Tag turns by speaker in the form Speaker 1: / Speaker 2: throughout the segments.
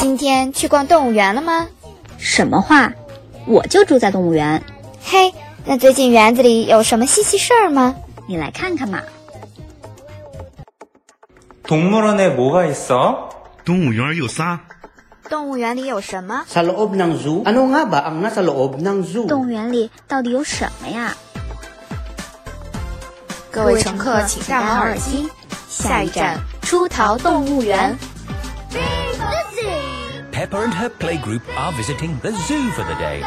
Speaker 1: 今天去逛动物园了吗？
Speaker 2: 什么话？我就住在动物园，
Speaker 1: 嘿，那最近园子里有什么稀奇事儿吗？
Speaker 2: 你来看看嘛。
Speaker 3: 동물원에 뭐가 있어?
Speaker 4: 动物园有仨，
Speaker 1: 动物园里有什么？
Speaker 5: Sa loob ng zoo? Ano nga ba ang nasa loob ng zoo?
Speaker 2: 动物园里到底有什么呀？
Speaker 1: 各
Speaker 2: 位乘客请戴好耳机下一站
Speaker 1: 出逃动物园。
Speaker 6: Peppa and her playgroup are visiting the zoo for the day.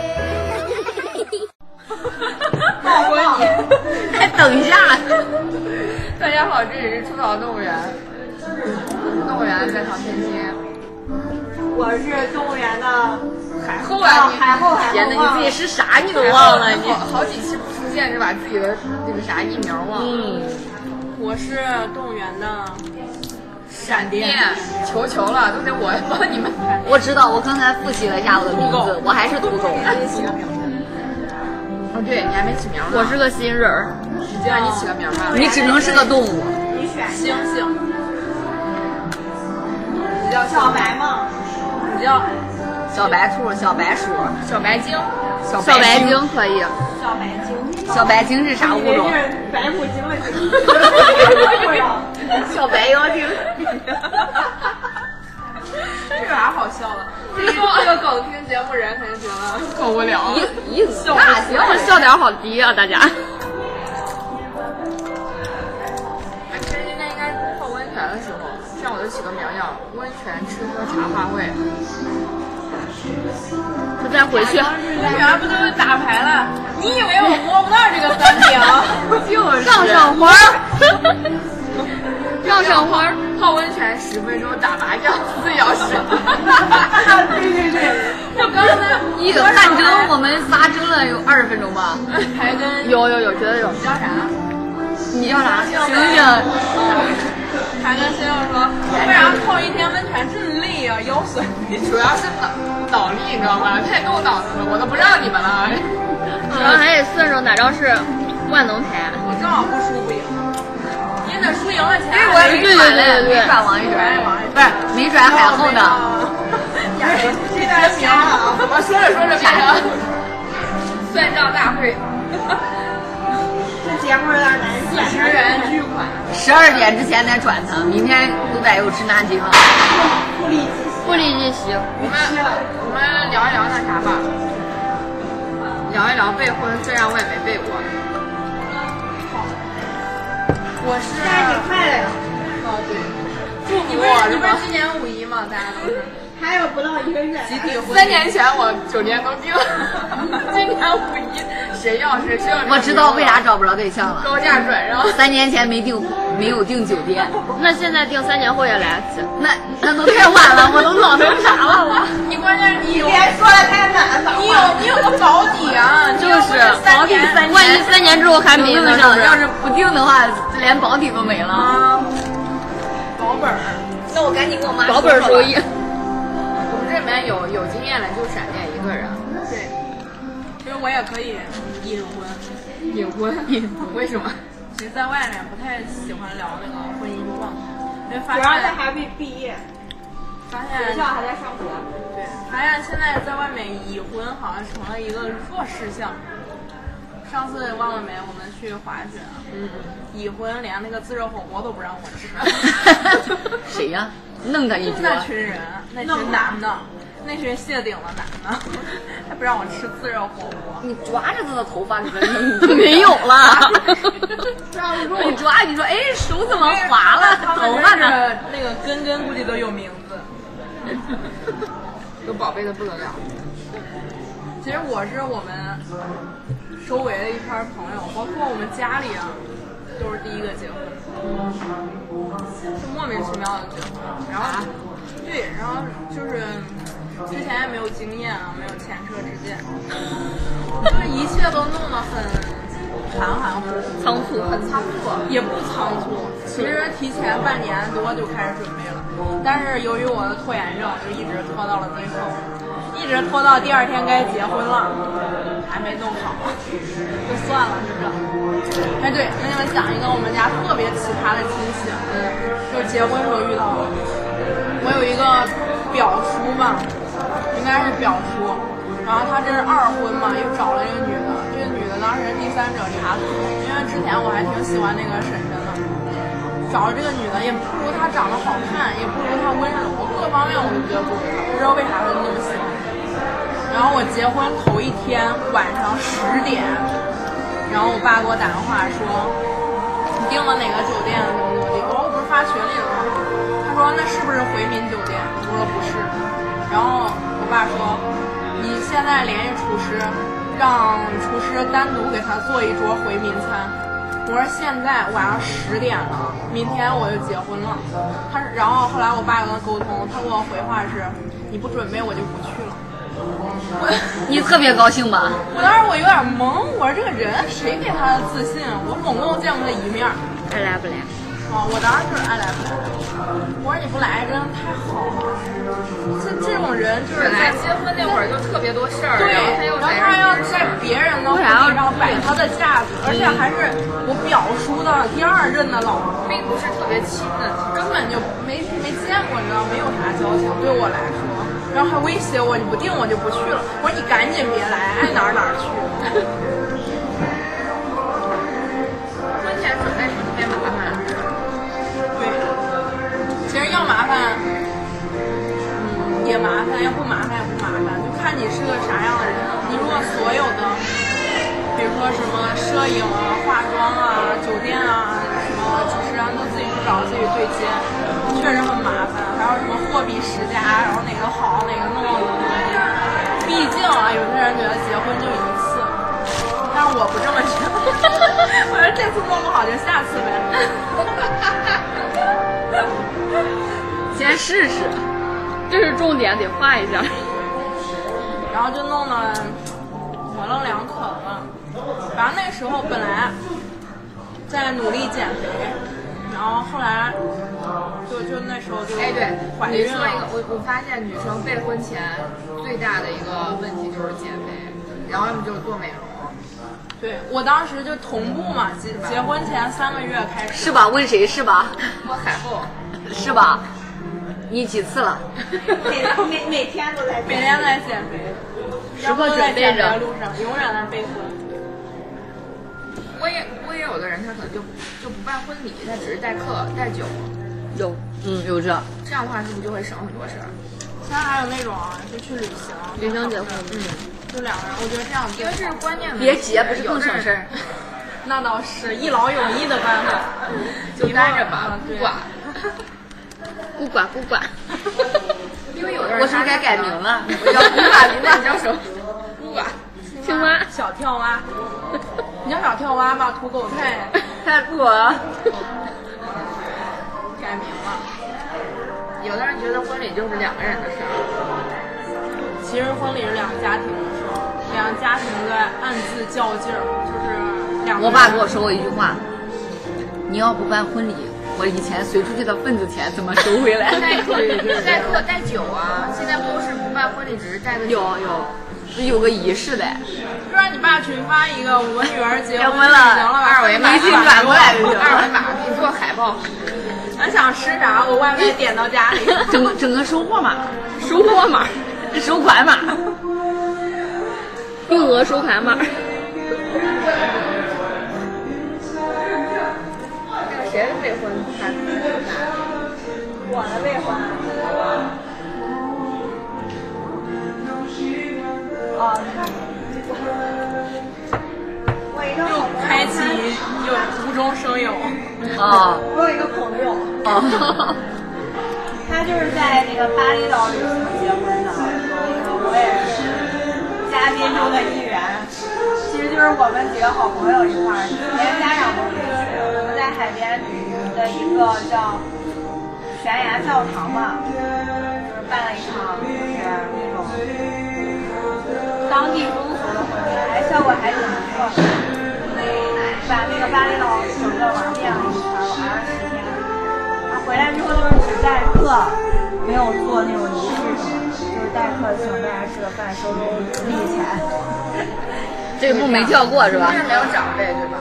Speaker 7: Zoo.
Speaker 8: 大家好，这里是出草动物园，动物园在长天街。
Speaker 9: 我是动物园的海哦
Speaker 8: 后来你
Speaker 9: 海后海后
Speaker 8: 演的你自己
Speaker 9: 己
Speaker 8: 是啥你都忘了，你好好几期不出现是把自己的那个啥艺名忘了。
Speaker 9: 我是动物园的
Speaker 8: 闪电，求求了，都得我帮你们。
Speaker 10: 我知道，我刚才复习了一下我的名字，我还是土狗。
Speaker 8: 哦，对你还没起名呢，
Speaker 10: 我是个新人儿，
Speaker 8: 直接让你起个名吧。
Speaker 10: 你只能是个动物。
Speaker 9: 星星，你叫小白吗？
Speaker 8: 你叫
Speaker 10: 小白兔、小白鼠、
Speaker 8: 小白鲸，小
Speaker 10: 小白鲸可以。
Speaker 9: 小白鲸，
Speaker 10: 小白鲸是啥物
Speaker 9: 以为
Speaker 10: 种？
Speaker 9: 是白骨精了，你
Speaker 10: 小白妖精。
Speaker 8: 这有啥好笑的？这个这个梗听节目人肯定觉得很无聊。
Speaker 10: 咦，那行，我笑点好低啊，大家。
Speaker 8: 其实应该应该泡温泉的时候，这样我就起个名叫“温泉吃喝茶话会
Speaker 10: 那再回去，”。
Speaker 8: 温泉不就是打牌了？你以为我摸不到这个三饼？就是
Speaker 10: 上上花儿，上上花儿。
Speaker 8: 泡温泉十分钟，打麻将四小时。对对对，我刚才
Speaker 10: 一个汗蒸，我们仨蒸了有二十分钟吧。
Speaker 8: 还跟
Speaker 10: 有有有，绝对有。
Speaker 8: 你叫啥？
Speaker 10: 你叫啥？醒醒，
Speaker 8: 还跟先生说，为啥泡一天温泉这么累啊？腰酸。主要是脑脑力，你知道吗？太动脑子了，我都不让你们了。
Speaker 10: 然后还得算着哪招是万能牌。
Speaker 8: 我正好不输不赢，你得输赢了钱。
Speaker 10: 对对对对对，没转王一哲，不是没转海后呢。
Speaker 8: 这段行啊，我说着说着变成 算账大会，
Speaker 9: 这节目有点难
Speaker 8: 几十人巨款。
Speaker 10: 十二点之前得转他，明天都得有吃拿鸡了。不离即行，
Speaker 8: 我们我们聊一聊那啥吧，聊一聊备婚，虽然我也没备过。我是
Speaker 9: 但是挺快的呀，
Speaker 8: 哦对，祝福
Speaker 9: 不是
Speaker 8: 我
Speaker 9: 你
Speaker 8: 是
Speaker 9: 不是
Speaker 8: 吧？
Speaker 9: 今
Speaker 8: 年五一吗？大家都是。
Speaker 9: 还有不到一个月，集
Speaker 8: 三年前我酒店都订了， 今年五一谁要谁需要。
Speaker 10: 我知道为啥找不着对象了。
Speaker 8: 高价转让。
Speaker 10: 三年前没订，没有订酒店，
Speaker 2: 那现在定三年后也来得及。
Speaker 10: 那那都太晚了，我都老成啥了我。
Speaker 8: 你关键是你有
Speaker 9: 别说了太满了，
Speaker 8: 你有你有个保底啊，你
Speaker 10: 就
Speaker 8: 要
Speaker 10: 是
Speaker 8: 不三年
Speaker 2: 万一三年之后还没呢，是不
Speaker 10: 论上要
Speaker 2: 是？
Speaker 10: 是不订的话，连保底都没了。
Speaker 8: 啊，保本儿。
Speaker 10: 那我赶紧跟我妈保本收益。
Speaker 8: 我们这里面有有经验的就闪电一个人，
Speaker 9: 其实我也可以隐婚，
Speaker 8: 隐婚，隐婚为什么？
Speaker 9: 其实在外面不太喜欢聊那个婚姻状态，因为发
Speaker 8: 主
Speaker 9: 现
Speaker 8: 要是
Speaker 9: 还没毕业，发现
Speaker 8: 学校还在上
Speaker 9: 课，对，发现现在在外面已婚好像成了一个弱势项。上次忘了没？我们去滑雪，嗯，已婚连那个自热火锅都不让我 吃，
Speaker 10: 谁呀、弄他一
Speaker 9: 就
Speaker 10: 桌。
Speaker 9: 那群人，那群男的，那群谢顶的男的， 还不让我吃自热火锅。
Speaker 10: 你抓着他的头发，你说你没有了。你抓，你说哎，手怎么滑了？
Speaker 9: 他
Speaker 10: 头
Speaker 9: 们
Speaker 10: 发
Speaker 9: 真
Speaker 10: 呢？
Speaker 9: 是那个根根估计都有名字。
Speaker 8: 有宝贝的不得了，
Speaker 9: 其实我是我们周围的一圈朋友，包括我们家里啊，都是第一个结婚，就莫名其妙的结婚。然
Speaker 8: 啊
Speaker 9: 后，对，然后就是之前也没有经验啊，没有前车之鉴， 就是一切都弄得很
Speaker 8: 嗯
Speaker 9: 含含糊糊，
Speaker 10: 仓促，
Speaker 8: 很仓促。
Speaker 9: 也不仓促。其实提前半年多就开始准备了，但是由于我的拖延症，就一直拖到了最后，一直拖到第二天该结婚了。还没弄好，就算了，是不是？哎，对，跟你们讲一个我们家特别奇葩的亲戚，啊就是结婚时候遇到的。我有一个表叔吧，应该是表叔，然后他这是二婚嘛，又找了一个女的，这个女的当时是第三者查处，因为之前我还挺喜欢那个婶婶的，找这个女的也不如她长得好看，也不如她温柔，各方面我都觉得不如她，不知道为啥会那么喜欢。然后我结婚头一天晚上十点，然后我爸给我打电话说，你订了哪个酒店怎么怎么地？我说我哦不是发群里了吗？他说那是不是回民酒店？我说不是。然后我爸说，你现在联系厨师，让厨师单独给他做一桌回民餐。我说现在晚上十点了，明天我就结婚了。他然后后来我爸跟他沟通，他给我回话是，你不准备我就不去了。我
Speaker 11: 你特别高兴吧？
Speaker 9: 我当时我有点懵，我说这个人谁给他的自信？啊我总共见过他一面儿。
Speaker 11: 爱来不来？
Speaker 9: 啊，我当时就是爱来不来。我说你不来真的太好了，这这种人就
Speaker 10: 本
Speaker 9: 是
Speaker 10: 来
Speaker 9: 在
Speaker 10: 结婚那会儿就特别多事儿，
Speaker 9: 对，
Speaker 10: 然后他又
Speaker 9: 然
Speaker 10: 在
Speaker 9: 后他要在别人的婚礼上摆他的架子，而且
Speaker 10: 嗯
Speaker 9: 还是我表叔的第二任的老婆。
Speaker 10: 并不是特别亲的，
Speaker 9: 根本就没没见过，你知道，没有啥交情，对我来说。然后还威胁我，你不定我就不去了。我说你赶紧别来，爱哪儿哪儿去。
Speaker 10: 婚前准备是特别麻烦的事儿。
Speaker 9: 对，其实要麻烦，嗯，也麻烦；要不麻烦也不麻烦，就看你是个啥样的人。你如果所有的，比如说什么摄影啊、化妆啊、酒店啊、什么主持人都自己去找、自己对接，确实很麻烦。还有什么货比十家，然后哪个好哪个弄，毕竟啊，有些人觉得结婚就一次，但是我不这么觉得，我说这次弄不好就下次呗。
Speaker 11: 先试试，这是重点，得画一下。
Speaker 9: 然后就弄得模棱两可吧。反正那时候本来在努力减肥，然后后来就就那时候就
Speaker 10: 哎，对，
Speaker 9: 怀
Speaker 10: 你
Speaker 9: 孕
Speaker 10: 说一个
Speaker 9: 了，，
Speaker 10: 我我发现女生备婚前最大的一个问题就是减肥，然后要么就是做美容。
Speaker 9: 对我当时就同步嘛，结结婚前三个月开始，
Speaker 11: 是吧？问谁是吧？
Speaker 10: 我海后，
Speaker 11: 是吧？你几 次了？
Speaker 9: 每天在减肥，
Speaker 11: 时刻
Speaker 9: 要不就在
Speaker 11: 准备
Speaker 9: 减肥
Speaker 11: 着
Speaker 9: 的路上，永远在备婚。
Speaker 10: 我也我也有的人他可能就就不办婚礼，他只是代课代酒，
Speaker 11: 有，嗯，有这。
Speaker 10: 这样的话是不是就会省很多事儿？
Speaker 9: 现在还有那种啊，就去旅行，
Speaker 11: 女生结婚，嗯，
Speaker 9: 就两个人，我觉得这样
Speaker 10: 因为这是观念问题。
Speaker 11: 别结不是
Speaker 10: 有
Speaker 11: 更
Speaker 10: 的人
Speaker 11: 省事儿。
Speaker 9: 那倒是一劳永逸的办法，
Speaker 10: 就待着吧
Speaker 9: 啊，
Speaker 10: 不
Speaker 9: 对
Speaker 10: 管。
Speaker 11: 孤寡孤寡，
Speaker 10: 因为有的人
Speaker 11: 我是不是该改名了？我
Speaker 10: 叫
Speaker 11: 叫
Speaker 10: 孤
Speaker 11: 孤
Speaker 10: 寡，
Speaker 11: 寡
Speaker 10: 孤
Speaker 11: 孤寡
Speaker 10: 寡，你叫什么？孤寡。
Speaker 11: 青蛙。
Speaker 9: 小跳蛙， 你叫小跳蛙吧，土狗太
Speaker 11: 太酷了！
Speaker 9: 改名了。
Speaker 10: 有的人觉得婚礼就是两个人的事儿，
Speaker 9: 其实婚礼是两个家庭的事儿，两个家庭在暗自较劲儿，就是两个。
Speaker 11: 我爸跟我，说过一句话：“你要不办婚礼，我以前随出去的份子钱怎么收回来
Speaker 10: 代课、代课、带酒啊。现在不都是不办婚礼，只是带个？”酒
Speaker 11: 有。有，是有个仪式的。
Speaker 9: 就让你爸群发一个我女儿 结
Speaker 11: 结
Speaker 9: 婚
Speaker 11: 婚了
Speaker 9: 行了吧？
Speaker 10: 二维码，
Speaker 11: 微信转过来就行
Speaker 10: 二维码可以做海报。
Speaker 9: 俺想吃啥，我外卖点到家 里。
Speaker 11: 整个整个收货码，收货码，收款码，定额收款码。
Speaker 10: 那个谁的未婚还还
Speaker 9: 我的未婚。啊，又开启又无中生有，
Speaker 11: 哦
Speaker 12: 我有一个朋友，
Speaker 11: 哦，
Speaker 12: 他就是在那个巴厘岛旅行结婚的，那个我也是嘉宾中的一员。其实就是我们几个好朋友一块儿，连家长都没去。我们在海边的一个叫悬崖教堂嘛，就是办了一场就是那种当地风俗的婚礼，还效果还挺不错的。把那个巴厘岛整个玩遍了一圈，玩了十天。啊，回来之后就是只代课，没有做那种仪式什么的，就是代课请大家吃个饭，收收礼钱。
Speaker 11: 这个步没跳过是吧
Speaker 10: 但？是没有长辈对吧？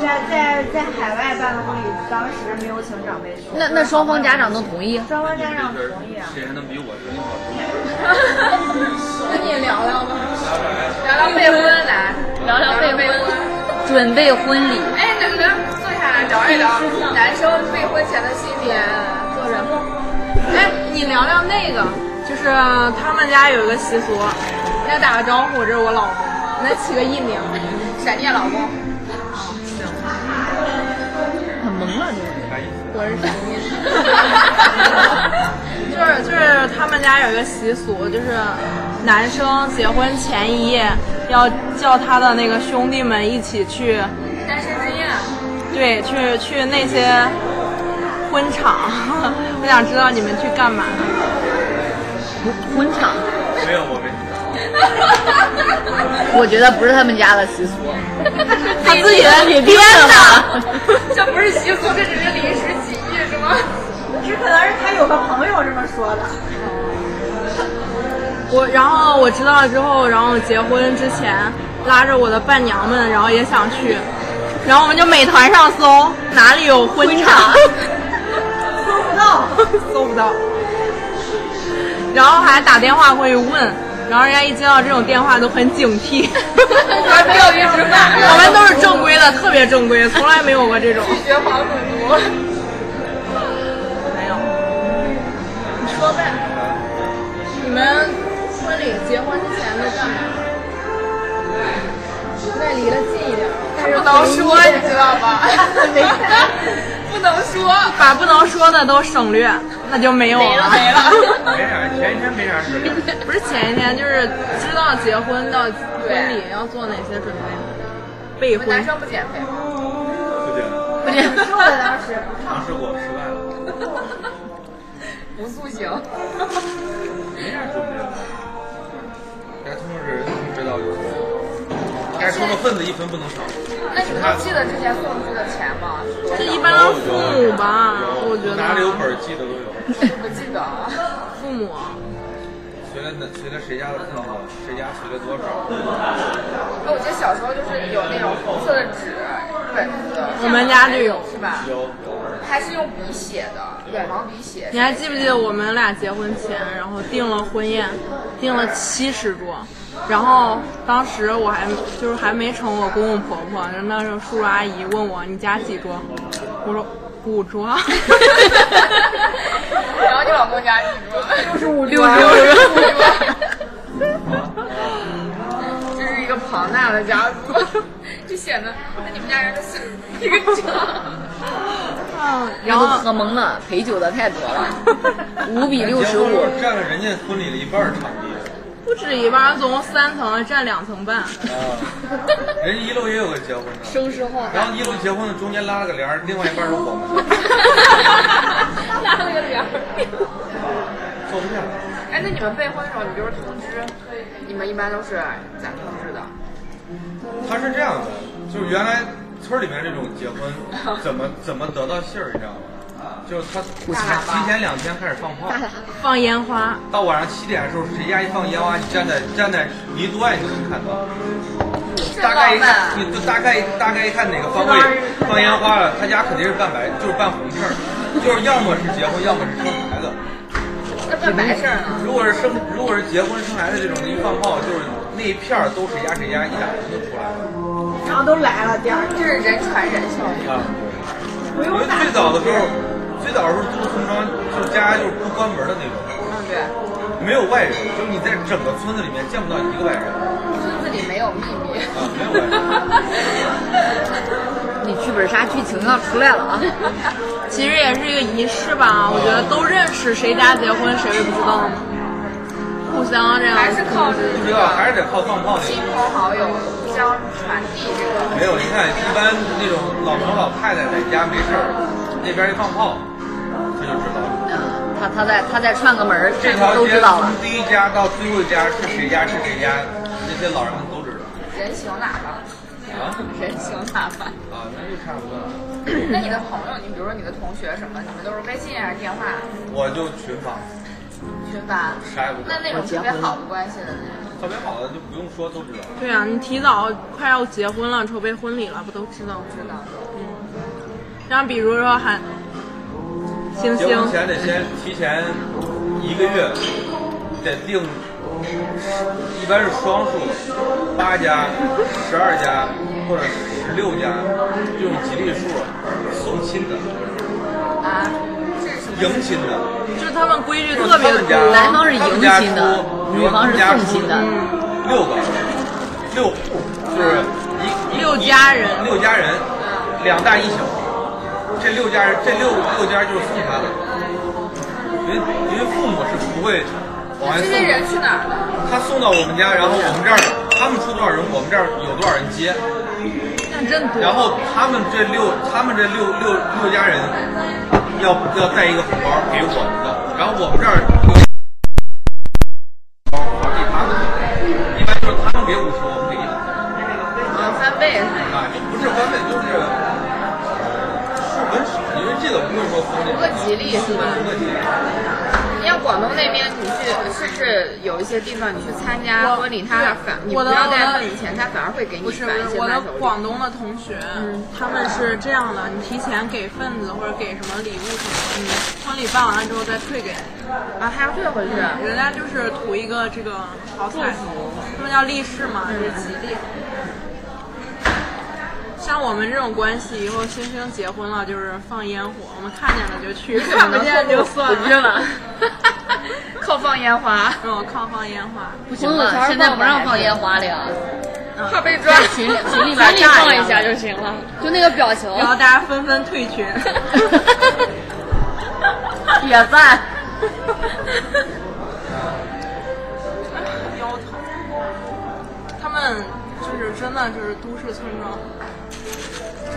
Speaker 12: 在在在海外办的婚礼，当时没有请长辈说，
Speaker 11: 那那双方家长都同意？
Speaker 12: 双方家长不同意啊。
Speaker 10: 那你聊聊吧，聊聊备婚来，
Speaker 11: 聊聊备
Speaker 10: 备婚。
Speaker 11: 准备婚礼，
Speaker 10: 哎，那咱们坐下来聊一聊男生未婚前的心理，做人梦。
Speaker 9: 哎，你聊聊那个，就是他们家有一个习俗，你要打个招呼，这是我老公，你再起个艺名。
Speaker 10: 闪电老公，
Speaker 11: 很萌啊！
Speaker 9: 我是闪电。 就是就是他们家有一个习俗，就是男生结婚前一夜要叫他的那个兄弟们一起去
Speaker 10: 单身之夜，
Speaker 9: 对，去去那些婚场， 我想知道你们去干嘛。
Speaker 11: 这婚场？没有，我没。我觉得不是他们家的习俗，
Speaker 9: 他自己的女
Speaker 11: 编
Speaker 9: 的。
Speaker 10: 这不是习俗，这只是临时起意是吗？
Speaker 12: 只可能是他有个朋友这么说的。
Speaker 9: 我然后我知道了之后，然后结婚之前拉着我的伴娘们，然后也想去，然后我们就美团上搜哪里有婚 场，搜不到，搜不到，然后还打电话过去问，然后人家一接到这种电话都很警惕，
Speaker 10: 还没有一直办，
Speaker 9: 我们都是正规的，特别正规，从来没有过这 种。
Speaker 10: 拒绝黄赌毒。
Speaker 9: 没有。你说呗。你们婚礼结婚之前都干嘛？再离得近一点。但是
Speaker 10: 不能说，你知道吧？不能说，
Speaker 9: 把不能说的都省略，那就没有了。没了没了。
Speaker 3: 没啥，前一天没啥事儿。
Speaker 9: 不是前一天，就是知道结婚到婚礼要做哪些准备，备
Speaker 10: 我们男
Speaker 9: 婚。
Speaker 10: 生不减肥吗？
Speaker 3: 不行，
Speaker 12: 瘦的当时
Speaker 3: 尝试过失败了，
Speaker 10: 不塑形，
Speaker 3: 没啥准备了。该充的人知道就行，该充的份子一分不能少。
Speaker 10: 那你们都记得之前送出的钱吗？
Speaker 9: 这一般都是父母吧，我觉
Speaker 3: 哪里有本
Speaker 9: 得
Speaker 3: 儿记得都有。
Speaker 10: 不记得啊。
Speaker 9: 父母。
Speaker 3: 学了哪？学了谁家的份子？谁家学了多少？
Speaker 10: 那我记得小时候就是有那种红色的纸本子，
Speaker 9: 我们家就有
Speaker 10: 是吧？
Speaker 3: 有
Speaker 10: 还是用笔写的，远毛笔写。
Speaker 9: 你还记不记得我们俩结婚前，然后订了婚宴，订了七十桌，然后当时我还就是还没成我公公婆婆，那时候叔叔阿姨问我你家几桌，我说五桌，
Speaker 10: 然后你老公家一桌，
Speaker 9: 六桌，
Speaker 10: 这是一个庞大的家族， 就显得那你们家人是一个 家。
Speaker 9: 然后
Speaker 11: 可萌了，陪酒的太多 了，五比六十五，
Speaker 3: 占了人家婚礼的一半儿场 地，
Speaker 9: 不止一半，总共三层，占两层半，
Speaker 3: 啊人家一楼也有个结婚的。
Speaker 11: 收拾后
Speaker 3: 然后一路结婚的中间拉了个帘儿，另外一半是我们的，
Speaker 10: 拉了个帘儿。
Speaker 3: 坐不下来。
Speaker 10: 哎，那你们备婚的时候，你就是通知，你们一般都是咋通知的？
Speaker 3: 他是这样的，就是原来村儿里面这种 结婚怎么怎么得到信儿，你知道吗？就是他
Speaker 10: 大喇叭
Speaker 3: 提前两天开始放炮，
Speaker 9: 放烟花，
Speaker 3: 到晚上七点的时候，谁家一放烟花，你站在站在泥多外就能看到。大概一看，你就大概大概一看哪个方位放烟花了，他家肯定是办白，就是办红事儿，就是要么是结婚，要么是生孩子。
Speaker 10: 那办白事儿呢？
Speaker 3: 如果是生，如果是结婚生孩子这种的，一放炮就是那一片儿都谁家谁家一打人就出来了。
Speaker 12: 然后都来了，第二
Speaker 10: 这
Speaker 12: 天
Speaker 10: 是人传人效应。
Speaker 3: 啊，我们最早的时候，最早的时候住村庄，就家就是不关门的那种，
Speaker 10: 嗯，对，
Speaker 3: 没有外人，就是你在整个村子里面见不到一个外人。
Speaker 10: 村子里没有秘密。
Speaker 3: 啊没有
Speaker 11: 你剧本杀剧情要出来了啊！
Speaker 9: 其实也是一个仪式吧，我觉得都认识谁家结婚谁会不知道吗？互相这样
Speaker 10: 还是靠这
Speaker 3: 不知道，
Speaker 10: 个
Speaker 3: 还是得靠放炮那
Speaker 10: 亲
Speaker 3: 种。
Speaker 10: 朋好友互相传递这个。
Speaker 3: 没有，你看一般那种老头老太太在家没事儿，那边一放炮，他就知道了。
Speaker 11: 嗯他他再他再串个门儿，
Speaker 3: 这
Speaker 11: 全
Speaker 3: 条
Speaker 11: 部都
Speaker 3: 街
Speaker 11: 知道了
Speaker 3: 从。第一家到最后一家是谁家是谁家，那些老人们都知道。
Speaker 10: 人形喇叭，
Speaker 3: 啊
Speaker 10: 人形喇叭。
Speaker 3: 啊，那就差不多了。
Speaker 10: 那你的朋友，你比如说你的同学什么，你们都是微信还是电话
Speaker 3: 我就群访，
Speaker 10: 群发？
Speaker 3: 啥也不管
Speaker 10: 那。那种特别好的关系的，
Speaker 3: 特别好的就不用说都知道。
Speaker 9: 对啊，你提早快要结婚了，筹备婚礼了，不都知道吗？知道。嗯，像比如说喊星
Speaker 3: 结婚
Speaker 9: 星，
Speaker 3: 前得先提前一个月，得定，一般是双数，八家、十二家或者十六家这种吉利数送亲的。
Speaker 10: 啊
Speaker 3: 迎亲的，
Speaker 9: 就是他们规矩
Speaker 3: 就是
Speaker 9: 特
Speaker 3: 他
Speaker 9: 别
Speaker 3: 们家
Speaker 9: 多，
Speaker 11: 男方是迎
Speaker 3: 他们
Speaker 11: 亲的
Speaker 3: 家出
Speaker 11: 女方是
Speaker 3: 比如他们家
Speaker 11: 送
Speaker 3: 出
Speaker 11: 亲的
Speaker 3: 六个，六户就是一一
Speaker 9: 六
Speaker 3: 一
Speaker 9: 家人
Speaker 3: 六家人，
Speaker 10: 嗯
Speaker 3: 两大一小，这六家人这六六家就是送他的，因为因为父母是不会往外
Speaker 10: 这
Speaker 3: 送
Speaker 10: 些人
Speaker 3: 的，
Speaker 10: 去哪儿了？
Speaker 3: 他送到我们家，然后我们这儿他们出多少人，我们这儿有多少人接，
Speaker 9: 那真多。
Speaker 3: 然后他们这六，他们这六六六家人要要带一个红包给我们的，然后我们这儿有红包给他们的，一般就是他们给五十，我们给一百，
Speaker 10: 啊，翻倍是吧？
Speaker 3: 啊，也不是翻倍，就是数很少，因为这个不会说封
Speaker 11: 不
Speaker 3: 的，
Speaker 11: 过吉利是吧？
Speaker 3: 不会结。
Speaker 11: 你像广东那边，你去是不是有一些地方你去参加
Speaker 9: 我
Speaker 11: 婚礼，他反你
Speaker 9: 我
Speaker 11: 不
Speaker 9: 的
Speaker 11: 要
Speaker 9: 我
Speaker 11: 带
Speaker 9: 的
Speaker 11: 婚礼钱，他反而会给你
Speaker 9: 不是
Speaker 11: 返
Speaker 9: 不
Speaker 11: 一
Speaker 9: 是，
Speaker 3: 嗯
Speaker 11: 些
Speaker 9: 我的
Speaker 11: 伴手礼。
Speaker 9: 广东的同学，他们是这样的：你提前给份子或者给什么礼物什么，你婚礼办完了之后再退给人，
Speaker 11: 啊，还要退回去。
Speaker 9: 人家就是图一个这个好彩头，他们叫立誓嘛，就是吉利。像我们这种关系，以后星星结婚了就是放烟火，我们看见了就去，看不见就算
Speaker 11: 不去了，靠放烟花。
Speaker 9: 让我靠放烟花，
Speaker 11: 不
Speaker 2: 行了现在不让放烟
Speaker 11: 花了呀，
Speaker 10: 怕被抓，
Speaker 11: 群里群里
Speaker 2: 面炸
Speaker 11: 放
Speaker 2: 一
Speaker 11: 一
Speaker 2: 下
Speaker 11: 下就行了，就那个表情
Speaker 9: 然后大家纷纷退群。
Speaker 11: 也赞。
Speaker 9: 腰疼。他们就是真的就是都市村庄，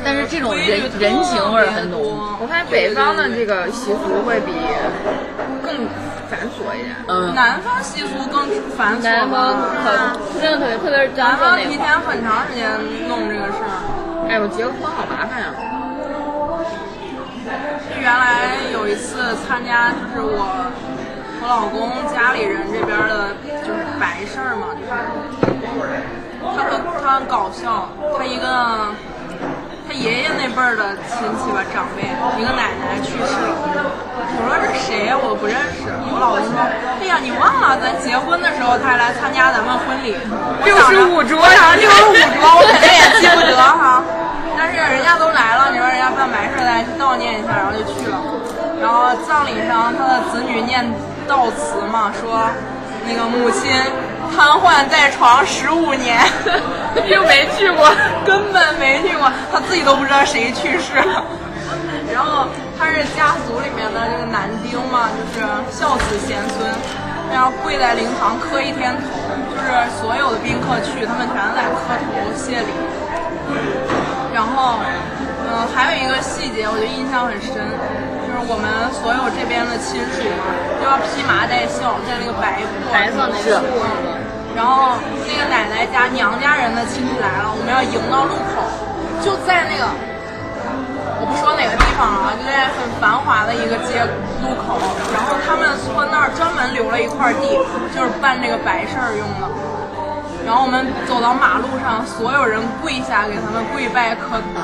Speaker 11: 但是这种
Speaker 9: 规矩
Speaker 11: 人
Speaker 9: 特
Speaker 11: 人情味儿很
Speaker 9: 别
Speaker 11: 浓。
Speaker 9: 多
Speaker 10: 我看北方的这个习俗会比更繁琐一点。
Speaker 11: 嗯，
Speaker 9: 南方习俗更繁琐吧，
Speaker 2: 南方可真的特别，特别是咱
Speaker 9: 南方
Speaker 2: 们
Speaker 9: 提
Speaker 2: 那
Speaker 9: 前很长时间弄这个事儿。
Speaker 10: 哎，我结个婚好麻烦啊！
Speaker 9: 就原来有一次参加，就是我我老公家里人这边的，就是白事儿嘛，就是他很他很搞笑，他一个他爷爷那辈儿的亲戚吧，长辈，一个奶奶去世了。我说这谁呀？我不认识。我老公说，哎呀，你忘了咱结婚的时候，他还来参加咱们婚礼，六十五桌呀，六十五 桌，我肯定也记不得哈。但是人家都来了，你说人家办白事儿，大家去悼念一下，然后就去了。然后葬礼上，他的子女念悼词嘛，说那个母亲瘫痪在床十五年， 又没去过，根本没去过，他自己都不知道谁去世了。然后他是家族里面的这个男丁嘛，就是孝子贤孙，然后跪在灵堂磕一天头，就是所有的宾客去，他们全在磕头谢礼。然后，嗯、还有一个细节我就印象很深，就是我们所有这边的亲属嘛，都要披麻戴孝，在那个白布白色那个布然后那个奶奶家娘家人的亲戚来了，我们要迎到路口，就在那个我不说哪个地方啊，就在很繁华的一个街路口，然后他们村那儿专门留了一块地，就是办这个白事儿用的。然后我们走到马路上，所有人跪下给他们跪拜磕头。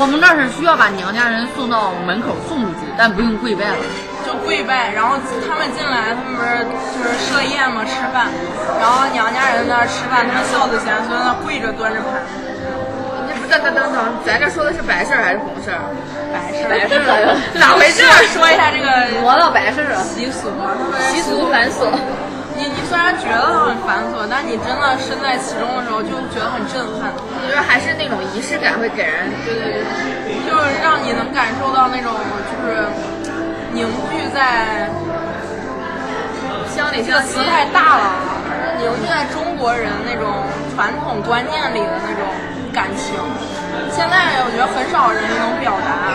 Speaker 11: 我们那儿是需要把娘家人送到门口送出去，但不用跪拜了。
Speaker 9: 就跪拜，然后他们进来，他们不是就是设宴嘛，吃饭，然后娘家人在那儿吃饭，他们孝子贤孙在那跪着端着盘子，
Speaker 10: 这不等等等等，咱这说的是白事儿还是红事儿？
Speaker 9: 白事儿
Speaker 10: 白事儿， 哪回事儿？
Speaker 9: 说一 下这个
Speaker 2: 磨到白事了，
Speaker 9: 习俗嘛，他们
Speaker 2: 习俗繁琐。
Speaker 9: 你你虽然觉得它很繁琐，但你真的身在其中的时候，就觉得很震撼，
Speaker 10: 你说还是那种仪式感会给人
Speaker 9: 就是让你能感受到那种就是凝聚在
Speaker 10: 乡里
Speaker 9: 这个
Speaker 10: 乡
Speaker 9: 词
Speaker 10: 亲，
Speaker 9: 太大了，凝聚在中国人那种传统观念里的那种感情。现在我觉得很少人能表达，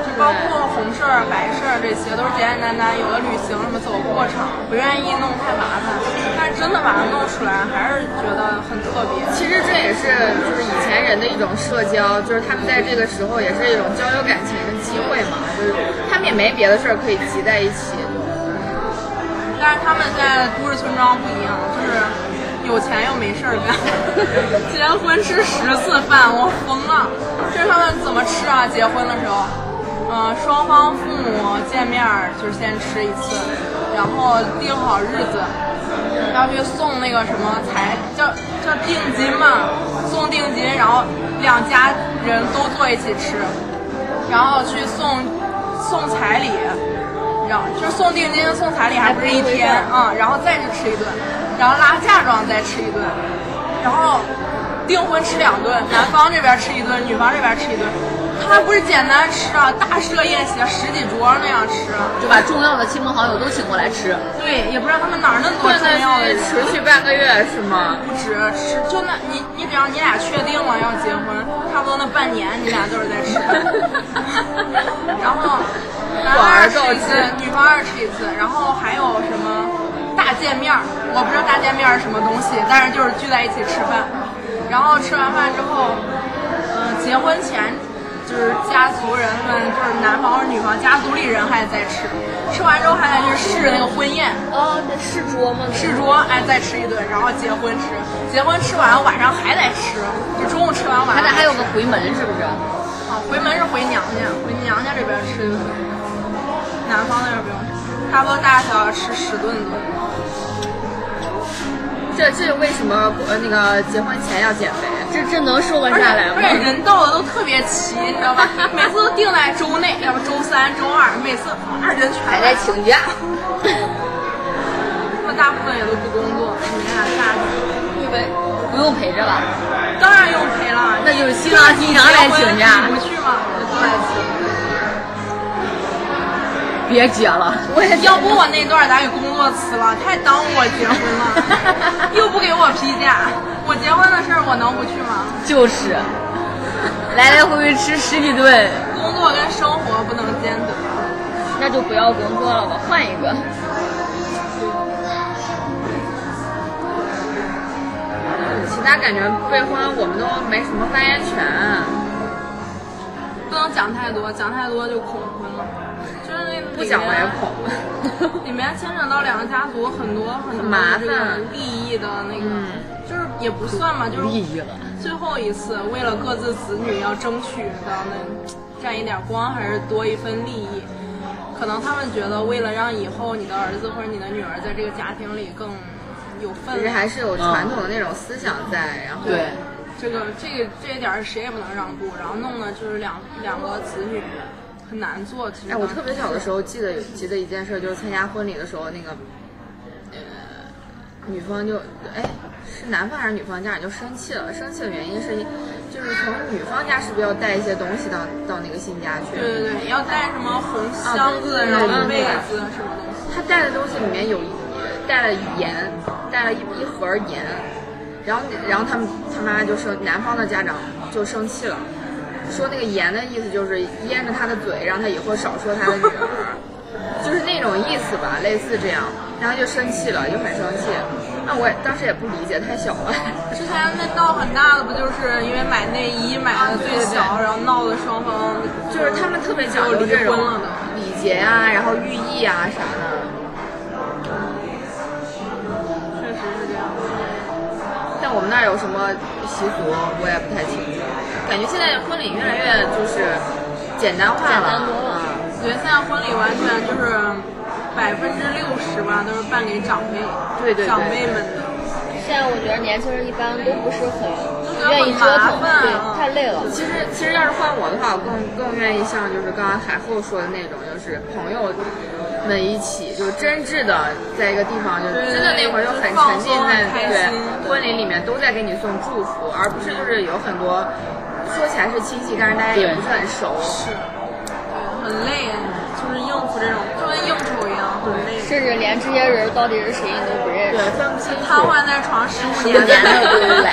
Speaker 9: 就包括红事儿、白事儿这些，都是简简单单。有的旅行什么走过场，不愿意弄太麻烦，但是真的把它弄出来，还是觉得很特别。
Speaker 10: 其实这也是就是以前人的一种社交，就是他们在这个时候也是一种交流感情的机会嘛，就是他们也没别的事儿可以集在一起。
Speaker 9: 但是他们在都市村庄不一样，就是有钱又没事儿干， 结婚吃十次饭，我疯了。这是他们怎么吃啊？结婚的时候，嗯、双方父母见面儿就是先吃一次，然后定好日子，要去送那个什么财叫叫定金嘛，送定金，然后两家人都坐一起吃，然后去送送彩礼，然后就是送定金、送彩礼，还不是一天啊、然后再去吃一顿，然后拉嫁妆再吃一顿，然后订婚吃两顿，男方这边吃一顿，女方这边吃一顿。他不是简单吃啊，大设宴席十几桌那样吃，啊
Speaker 11: 就把重要的亲朋好友都请过来吃。
Speaker 9: 对，也不知道他们哪儿那么多重要的人。
Speaker 10: 持续半个月是吗？
Speaker 9: 不止吃，就那你你只要你俩确定了要结婚，差不多那半年你俩都是在吃，然后男方二吃一次，女方二吃一次，然后还有什么大见面儿，我不知道大见面儿是什么东西，但是就是聚在一起吃饭，然后吃完饭之后，嗯、结婚前就是家族人们，就是男方或者女方家族里人还在吃，吃完之后还得去试那个婚宴。
Speaker 11: 哦，这是桌吗？
Speaker 9: 吃桌，哎，再吃一顿，然后结婚吃，结婚吃完晚上还得吃，就中午吃完晚
Speaker 11: 还
Speaker 9: 上
Speaker 11: 得还
Speaker 9: 有
Speaker 11: 有个回门是不是？
Speaker 9: 啊，回门是回娘家，回娘家这边吃一顿，南方那边不用吃，差不多大小吃十顿左右。
Speaker 10: 这这为什么呃那个结婚前要减肥？
Speaker 11: 这这能瘦得
Speaker 9: 而且
Speaker 11: 下来
Speaker 9: 而且
Speaker 11: 吗？
Speaker 9: 人到的都特别齐，你知道吧？每次都定在周内，要不周三、周二，每次啊人全
Speaker 11: 还
Speaker 9: 来
Speaker 11: 在，请假，
Speaker 9: 他们大部分也都不工作，你看大
Speaker 11: 不陪不用陪着了，
Speaker 9: 当然又赔了，
Speaker 11: 那就是新郎新娘来请假
Speaker 9: 你，不去吗？都来请。
Speaker 11: 别结了。
Speaker 9: 我也 要不我那段儿咱给工作辞了，太耽误我结婚了，又不给我批假，我结婚的事儿我能不去吗？
Speaker 11: 就是，来来回回吃十几顿，
Speaker 9: 工作跟生活不能兼得。
Speaker 11: 那就不要工作了吧，换一个。
Speaker 10: 其他感觉未婚我们都没什么发言权。啊
Speaker 9: 不能讲太多，讲太多就恐婚了。就是那里面
Speaker 10: 不讲我也恐。
Speaker 9: 里面牵扯到两个家族很多很多
Speaker 10: 很麻
Speaker 9: 这个
Speaker 10: 烦嗯
Speaker 9: 利益的那个，就是也不算嘛，就是
Speaker 11: 抑郁了，
Speaker 9: 最后一次为了各自子女要争取到那占一点光，还是多一份利益。可能他们觉得，为了让以后你的儿子或者你的女儿在这个家庭里更有份
Speaker 10: 其实
Speaker 9: 量，
Speaker 10: 还是有传统的那种思想在，然后
Speaker 11: 对，
Speaker 9: 这个这个这一点儿谁也不能让步，然后弄得就是两两个子女很难做。其实
Speaker 10: 哎，我特别小的时候记得记得一件事，就是参加婚礼的时候，那个呃，女方就哎是男方还是女方家长就生气了，生气的原因是因就是从女方家是不是要带一些东西到到那个新家去？
Speaker 9: 对对对，要带什么红箱子，
Speaker 10: 啊对对对
Speaker 9: 然后
Speaker 10: 对
Speaker 9: 被
Speaker 10: 对
Speaker 9: 子什么东西。
Speaker 10: 他带的东西里面有一带了盐，带了一一盒盐，然后然后他们他妈就生男方的家长就生气了，说那个盐的意思就是腌着他的嘴，让他以后少说他的女儿， 就是那种意思吧，类似这样，然后就生气了，就很生气。那我也当时也不理解，太小了。
Speaker 9: 之前那闹很大的不就是因为买内衣买的最小，然后闹得双方
Speaker 10: 就是他们特别讲
Speaker 9: 就
Speaker 10: 究
Speaker 9: 离
Speaker 10: 这种
Speaker 9: 婚了的。
Speaker 10: 礼节啊，然后寓意啊啥的。
Speaker 9: 确实是这样。
Speaker 10: 但我们那儿有什么习俗，我也不太清楚。感觉现在婚礼越来越就是简单化了，嗯
Speaker 9: 我觉得现在婚礼完全就是百分之六十吧，都是办给长辈，
Speaker 10: 对对对
Speaker 9: 长辈们的。
Speaker 2: 现在我觉得年轻人一般都不是
Speaker 9: 觉
Speaker 2: 很
Speaker 9: 得很
Speaker 2: 愿意折腾，
Speaker 9: 麻烦啊
Speaker 2: 对，太累了。
Speaker 10: 其实其实要是换我的话，我更更愿意像就是刚刚海后说的那种，就是朋友们一起，就真挚的在一个地方，就
Speaker 9: 对
Speaker 10: 真的那会儿就很
Speaker 9: 放
Speaker 10: 沉浸
Speaker 9: 松
Speaker 10: 在
Speaker 9: 开
Speaker 10: 对
Speaker 9: 心对
Speaker 10: 婚礼里面，都在给你送祝福，而不是就是有很多说起来是亲戚，但是大家也不是很熟。
Speaker 9: 是，对，很累，就是应付这种，就跟应酬一样，很累。
Speaker 2: 甚至连这些人到底是谁你都不认
Speaker 10: 对
Speaker 2: 识，，
Speaker 10: 分不清
Speaker 9: 瘫
Speaker 10: 楚。
Speaker 9: 痪在床十五年
Speaker 2: 不见 得
Speaker 9: 了，
Speaker 2: 都来。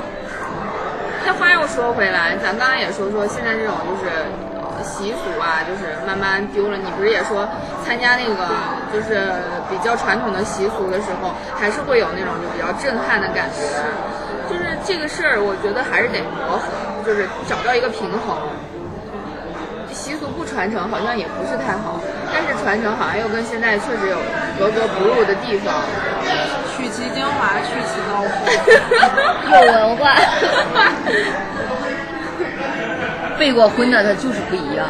Speaker 10: 那话又说回来，咱刚刚也说说现在这种就是呃习俗啊，就是慢慢丢了。你不是也说参加那个就是比较传统的习俗的时候，还是会有那种就比较震撼的感觉。就是这个事儿，我觉得还是得磨合，就是找到一个平衡。习俗不传承好像也不是太好，但是传承好像又跟现在确实有格格不入的地方。
Speaker 9: 取其精华，去其糟粕。
Speaker 2: 有文化，
Speaker 11: 备过婚的他就是不一样。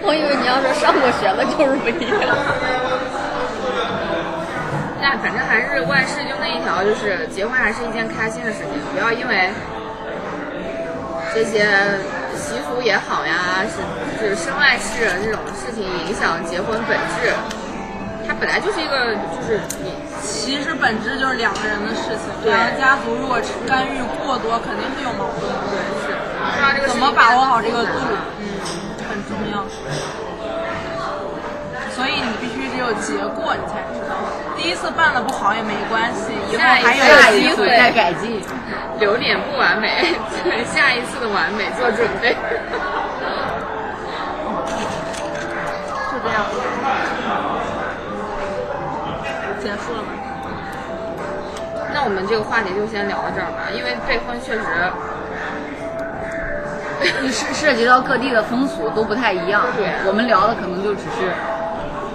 Speaker 11: 我以为你要说上过学了就是不一样。
Speaker 10: 但哎反正还是万事就那一条，就是结婚还是一件开心的事情，不要因为这些习俗也好呀，是是身外之人这种事情影响结婚本质。它本来就是一个，就是你
Speaker 9: 其实本质就是两个人的事情，两个家族如果干预过多，肯定会有矛盾。
Speaker 10: 对是，不知道这个
Speaker 9: 怎么把握好这个度
Speaker 10: 事情怎么办，
Speaker 9: 嗯，很重要。所以你必须只有结果，你才知道。第一次办的不好也没关系，以后还
Speaker 10: 下
Speaker 9: 有
Speaker 10: 一
Speaker 9: 机
Speaker 10: 次
Speaker 9: 会。
Speaker 11: 再改进。
Speaker 10: 留点不完美， 对下一次的完美做准备。
Speaker 9: 就这样，结束了吗？
Speaker 10: 那我们这个话题就先聊到这儿吧，因为备婚确实
Speaker 11: 你涉涉及到各地的风俗都不太一样。
Speaker 10: 对
Speaker 11: 我们聊的可能就只是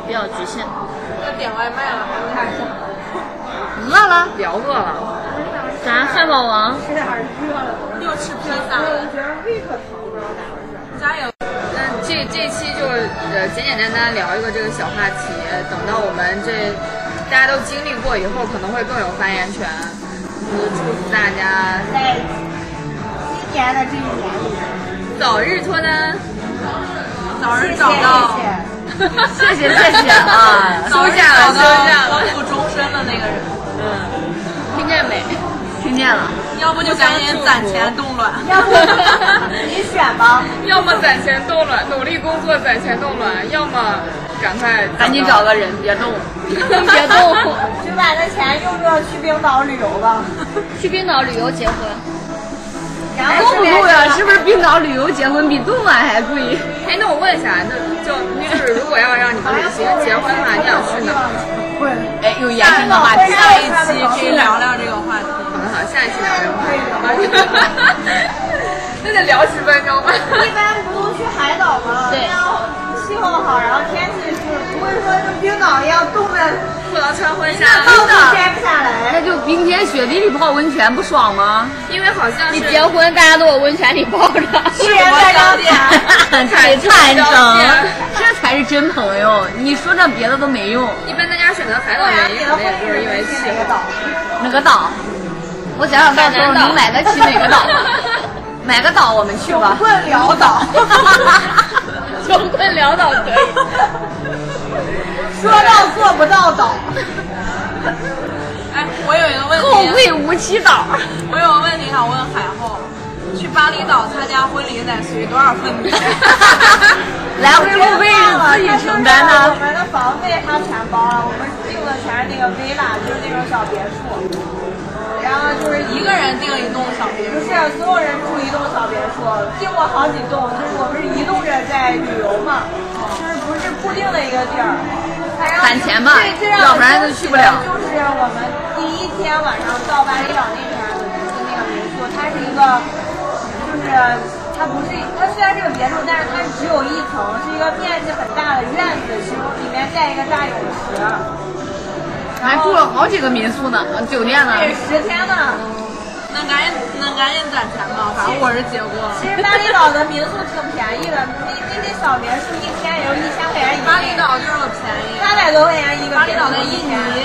Speaker 11: 比较局限。
Speaker 9: 那点外卖了，还有啥想？
Speaker 11: 饿了，
Speaker 10: 聊饿了，
Speaker 2: 咱汉堡王
Speaker 9: 又吃披萨了，加油！
Speaker 10: 那这这期就呃简简单单聊一个这个小话题，等到我们这大家都经历过以后，可能会更有发言权。就是祝福大家
Speaker 12: 在今年的这一年里，
Speaker 10: 早日脱单，
Speaker 9: 早
Speaker 12: 谢
Speaker 9: 日
Speaker 12: 谢
Speaker 9: 找到
Speaker 12: 谢
Speaker 11: 谢
Speaker 12: 谢。
Speaker 11: 谢谢谢 啊！
Speaker 10: 收下了，收下
Speaker 9: 帮
Speaker 10: 了，
Speaker 9: 助终身的那个人，
Speaker 10: 听见没？
Speaker 11: 听见了，
Speaker 9: 要不就赶紧攒钱冻卵。
Speaker 12: 要不你选吧，
Speaker 10: 要么攒钱冻卵，努力工作攒钱冻卵，要么赶快
Speaker 11: 赶紧
Speaker 10: 到
Speaker 11: 找个人，别 动，别动，
Speaker 12: 只把那钱用作去冰岛旅游吧。
Speaker 2: 去冰岛旅游结婚，
Speaker 12: 然后
Speaker 11: 够不
Speaker 12: 顺便
Speaker 11: 够呀？
Speaker 12: 去
Speaker 11: 哎是不是冰岛旅游结婚比冻卵还贵？
Speaker 10: 哎，那我问一下，那就那就是如果要让你们旅行结婚的话，你想去哪？
Speaker 11: 哎，啊又延伸到话题，
Speaker 9: 下一期可以聊聊这个话题。
Speaker 10: 我们好，下一期聊这个话题。 那得聊十分钟吧。
Speaker 12: 一般不都去海岛吗？
Speaker 2: 对
Speaker 12: 那样气候好，然后天气就是不会说跟冰岛一样冻得
Speaker 10: 不能穿婚纱，
Speaker 12: 到处摘不下来。
Speaker 11: 那就冰天雪地里泡温泉不爽吗？
Speaker 10: 因为好像是
Speaker 2: 你结婚大家都往温泉里泡着，
Speaker 12: 一人在张家，
Speaker 11: 太坦诚，这才是真朋友。你说这别的都没用。
Speaker 10: 一般大家选择海岛原因，
Speaker 9: 啊
Speaker 10: 可能也就是因为气
Speaker 12: 哪个
Speaker 10: 候。
Speaker 12: 岛？
Speaker 11: 哪个岛？我想想到时候能买得起哪个岛？买个岛我们去吧。
Speaker 12: 困潦岛。
Speaker 2: 穷困潦倒可以。
Speaker 12: 说到做不到岛，
Speaker 9: 哎，我有一个问题，
Speaker 11: 后会无期岛，
Speaker 9: 我有个问题想问海后，去巴厘岛参加婚礼得随多少份子？
Speaker 11: 来回后费是自己承担
Speaker 12: 他
Speaker 11: 的
Speaker 12: 我。们的房费他全包
Speaker 9: 啊
Speaker 12: 了，我们订的全是那个 villa，就是那种小别墅，然后就是一
Speaker 9: 一个人订一栋小别
Speaker 12: 不
Speaker 9: 墅，
Speaker 12: 是啊所有人住一栋小别墅，订过好几栋，就是我们是移动着在旅游嘛，就是不是固定的一个地儿。哎呀
Speaker 11: 攒钱吧
Speaker 12: 最最让
Speaker 11: 要
Speaker 12: 我
Speaker 11: 不然就去不了
Speaker 12: 惊喜的就是我们第一天晚上到巴厘岛那边的那个民宿，它是一个，就是它不是它虽然是个别墅，但是它只有一层，是一个面积很大的院子，其中里面带一个大泳池。
Speaker 11: 还住了好几个民宿呢，酒店呢。
Speaker 12: 对，十天呢。
Speaker 9: 那赶紧那赶紧攒钱吧，反正我是结过了。
Speaker 12: 其实巴厘岛的民宿挺便宜的，那那那小别墅一天也就一千块钱一
Speaker 9: 巴
Speaker 12: 个，
Speaker 9: 厘岛就是个便宜，
Speaker 12: 三百多块钱一个。
Speaker 9: 巴厘岛在印尼，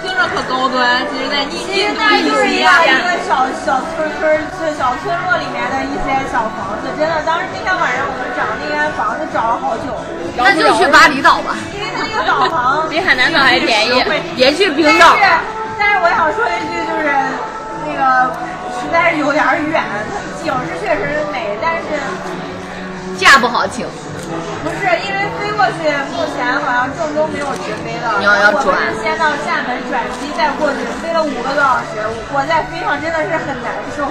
Speaker 9: 听着可高端，其实在印
Speaker 12: 其实
Speaker 9: 尼
Speaker 12: 那就是一个
Speaker 9: 啊
Speaker 12: 一个小小村村儿，就小村落里面的一些小房子。真的，当时那天晚上我们找那间房子找了好久，
Speaker 11: 那就去巴厘岛吧，
Speaker 12: 因为它那个岛房。
Speaker 2: 比海南岛还便宜，
Speaker 11: 别去冰
Speaker 12: 但
Speaker 11: 岛。
Speaker 12: 是，但是我想说一句，就是那个实在是有点儿远，它景是确实美，但是
Speaker 11: 嫁不好请，
Speaker 12: 不是，因为飞过去目前好像郑州没有直飞的，
Speaker 11: 你要要
Speaker 12: 我
Speaker 11: 转
Speaker 12: 们是先到厦门转机再过去，飞了五个多小时，我在飞上真的是很难受，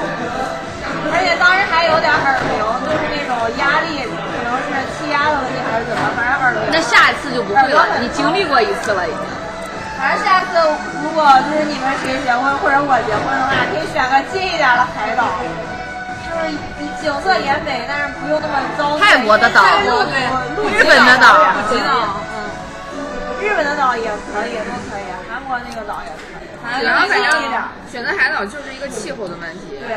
Speaker 12: 而且当时还有点耳鸣，就是那种压力，可能是气压的问题还是怎么，反正耳鸣。
Speaker 11: 那下一次就不会了。你经历过一次了已经。
Speaker 12: 反正下次如果就是你们谁结婚或者我结婚的话，可以选个近一点的海岛，就是就是景色也美，但是不用那么糟。
Speaker 11: 泰国的岛
Speaker 12: 泰国的
Speaker 9: 对
Speaker 11: 日本的岛
Speaker 9: 吉岛，
Speaker 12: 日本的岛也可以，都可以，韩国那个岛也可以，反
Speaker 10: 然后
Speaker 12: 正
Speaker 10: 反
Speaker 12: 就是一
Speaker 10: 正
Speaker 12: 点儿。
Speaker 10: 选择海岛就是一个气候的问题。
Speaker 12: 对，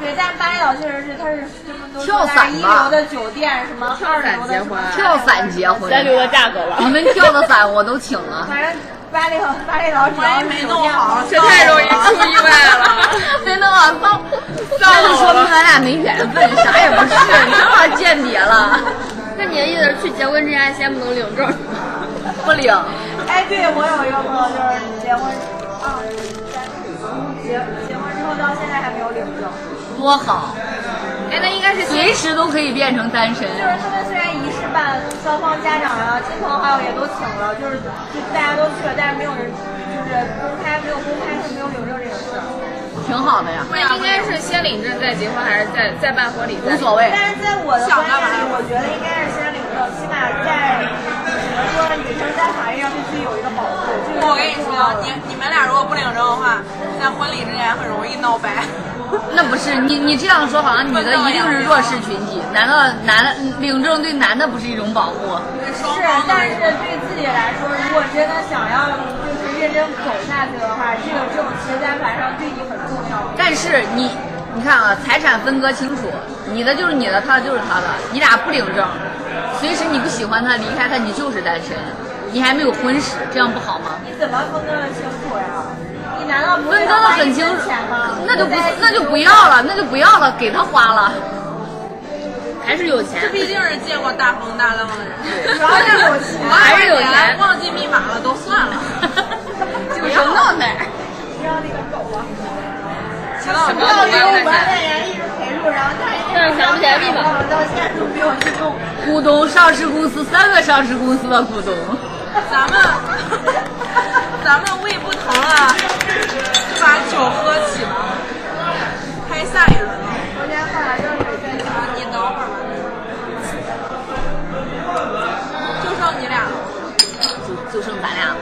Speaker 12: 对，但巴厘岛确实是，它是这么多
Speaker 11: 跳伞
Speaker 12: 一
Speaker 11: 吧
Speaker 12: 流的酒店，什么二流的什么
Speaker 11: 跳伞结婚，
Speaker 7: 三流的大狗了
Speaker 11: 你们跳的伞我都请了。
Speaker 12: 反正巴厘岛巴厘岛只要是酒店好，
Speaker 10: 这太容易出意外 了。
Speaker 11: 没弄好糟，那就说明咱俩没缘 分，啥也不是，你正好间谍了。
Speaker 7: 那你的意思是去结婚之前先不能领证？
Speaker 11: 不领，
Speaker 12: 哎，对我有一个朋友就是结婚啊，结结婚之后到现在还没有领证，
Speaker 11: 多好，
Speaker 10: 哎，那应该是
Speaker 11: 随时都可以变成单身。
Speaker 12: 就是他们虽然仪式办，双方家长啊、亲朋好友也都请了，就是就大家都去了，但是没有人就是公开没有公开是没有领证这个事儿。
Speaker 11: 挺好的呀，
Speaker 10: 不应该是先领证再结婚，还是再再办婚礼？
Speaker 11: 无所谓。
Speaker 12: 但是在我的观念里，我觉得应该是先领证，起码在怎么说，女生在法律上对自己有一个保护。这个
Speaker 9: 我跟你说，你你们俩如果不领证的话，在婚礼之前很容易闹掰。
Speaker 11: 那不是你，你这样说好像女的一定是弱势群体，难道男领证对男的不是一种保护？
Speaker 12: 是，但是对自己来说，如果真的想要就是认真走下去的话，这个证其实在法律上对你很重要。
Speaker 11: 但是你，你看啊，财产分割清楚，你的就是你的，他的就是他的，你俩不领证，随时你不喜欢他离开他，你就是单身，你还没有婚史，这样不好吗？
Speaker 12: 你怎么分割的清楚呀？你难道不会
Speaker 11: 分割的很清
Speaker 12: 花一分
Speaker 11: 楚
Speaker 12: 钱吗？，
Speaker 11: 那就不那就不要了，那就不要了，给他花了。
Speaker 7: 还是有钱？
Speaker 9: 毕竟是见过大风大浪的人，
Speaker 12: 主要是有钱。
Speaker 7: 还是有钱？
Speaker 9: 忘记密码了都算了。
Speaker 11: 不要闹哪儿？
Speaker 9: 秦老师，
Speaker 12: 到底五万块钱一直陪住，然后他
Speaker 7: 但是想不起来密码。
Speaker 12: 到现在都没有去弄。
Speaker 11: 股东，上市公司三个上市公司的股东，
Speaker 9: 咱们咱们胃不疼了，就把酒喝起吧，拍下一轮了。
Speaker 12: 昨天换了热水再去。
Speaker 9: 啊你等会儿吧，就剩你俩了。
Speaker 11: 就就剩咱俩了。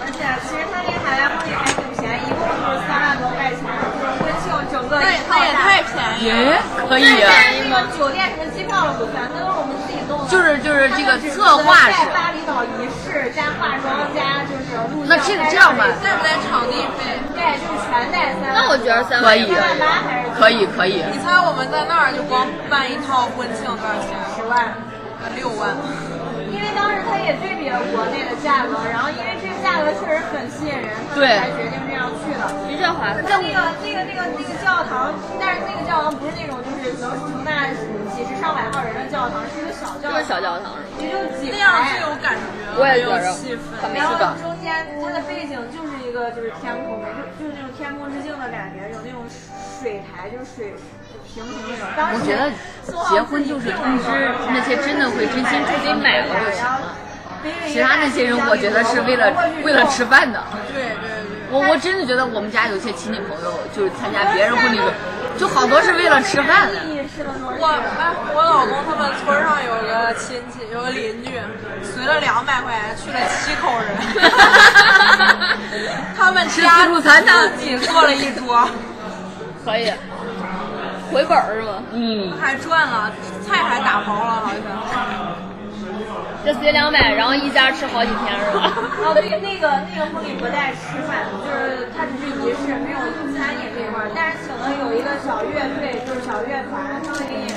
Speaker 12: 而且其实他那个海外婚礼还挺便宜，一共就是三万多块钱，婚庆整个
Speaker 9: 那
Speaker 12: 一
Speaker 9: 也
Speaker 12: 套
Speaker 9: 那也
Speaker 12: 大。
Speaker 9: 太便宜了。
Speaker 11: 耶，可以啊，
Speaker 12: 但是那个酒店什么机票都不算，那都是我们自己弄的。
Speaker 11: 就是就是这个
Speaker 12: 他们只是
Speaker 11: 策划
Speaker 12: 在
Speaker 11: 是。
Speaker 12: 巴厘岛仪式加化妆加就是录像。
Speaker 11: 那这这样吧
Speaker 9: 在不在场地费？
Speaker 12: 带就是全带三万。
Speaker 7: 那我觉得三
Speaker 11: 可
Speaker 7: 万
Speaker 11: 以
Speaker 12: 三万八还是
Speaker 11: 可以可以，
Speaker 9: 你猜我们在那儿就光办一套婚庆多少钱？
Speaker 12: 十万？
Speaker 9: 六万。
Speaker 12: 因为当时他也对比了国内的价格，然后因为这个价格确实很吸引人，他们
Speaker 11: 对
Speaker 12: 才决定这样去的。
Speaker 7: 比较划
Speaker 12: 那
Speaker 7: 算。
Speaker 12: 个那个那个那个教堂，但是那个教堂不是那种就是能容纳几十上百号人的教堂，是一个小教
Speaker 7: 就
Speaker 12: 堂，
Speaker 7: 是小教堂是吗？
Speaker 12: 也就几
Speaker 9: 那样最
Speaker 12: 排。
Speaker 9: 有感觉，
Speaker 7: 我也
Speaker 9: 有
Speaker 7: 觉着
Speaker 9: 气氛。
Speaker 7: 很美
Speaker 12: 然后
Speaker 7: 术感。
Speaker 12: 中间它的背景就是一个就是天空，就就是那种天空之镜的感觉，有那种水台，就是水平平那种。当
Speaker 11: 我
Speaker 12: 时
Speaker 11: 觉得结婚就是通知那些真的会真心祝福你的就行了。其他那些人，我觉得是为了为了吃饭的。
Speaker 9: 对对对，
Speaker 11: 我我真的觉得我们家有些亲戚朋友，就是参加别人婚礼的，就好多是为了吃饭的。
Speaker 9: 我哎，我老公他们村上有个亲戚，有个邻居，随了两百块钱去了七口人， 他们家
Speaker 11: 吃自助餐呢
Speaker 9: 自己做了一桌，
Speaker 7: 可以，回本儿是吗？
Speaker 11: 嗯，
Speaker 9: 还赚了，菜还打包了，好像。
Speaker 7: 这随两百，然后一家吃好几天是吧？
Speaker 12: 哦，对，那个那个婚礼不带吃饭，就是它只是仪式，没有餐饮这一块儿。但是请了有一个小乐队，就是小乐团，他会给你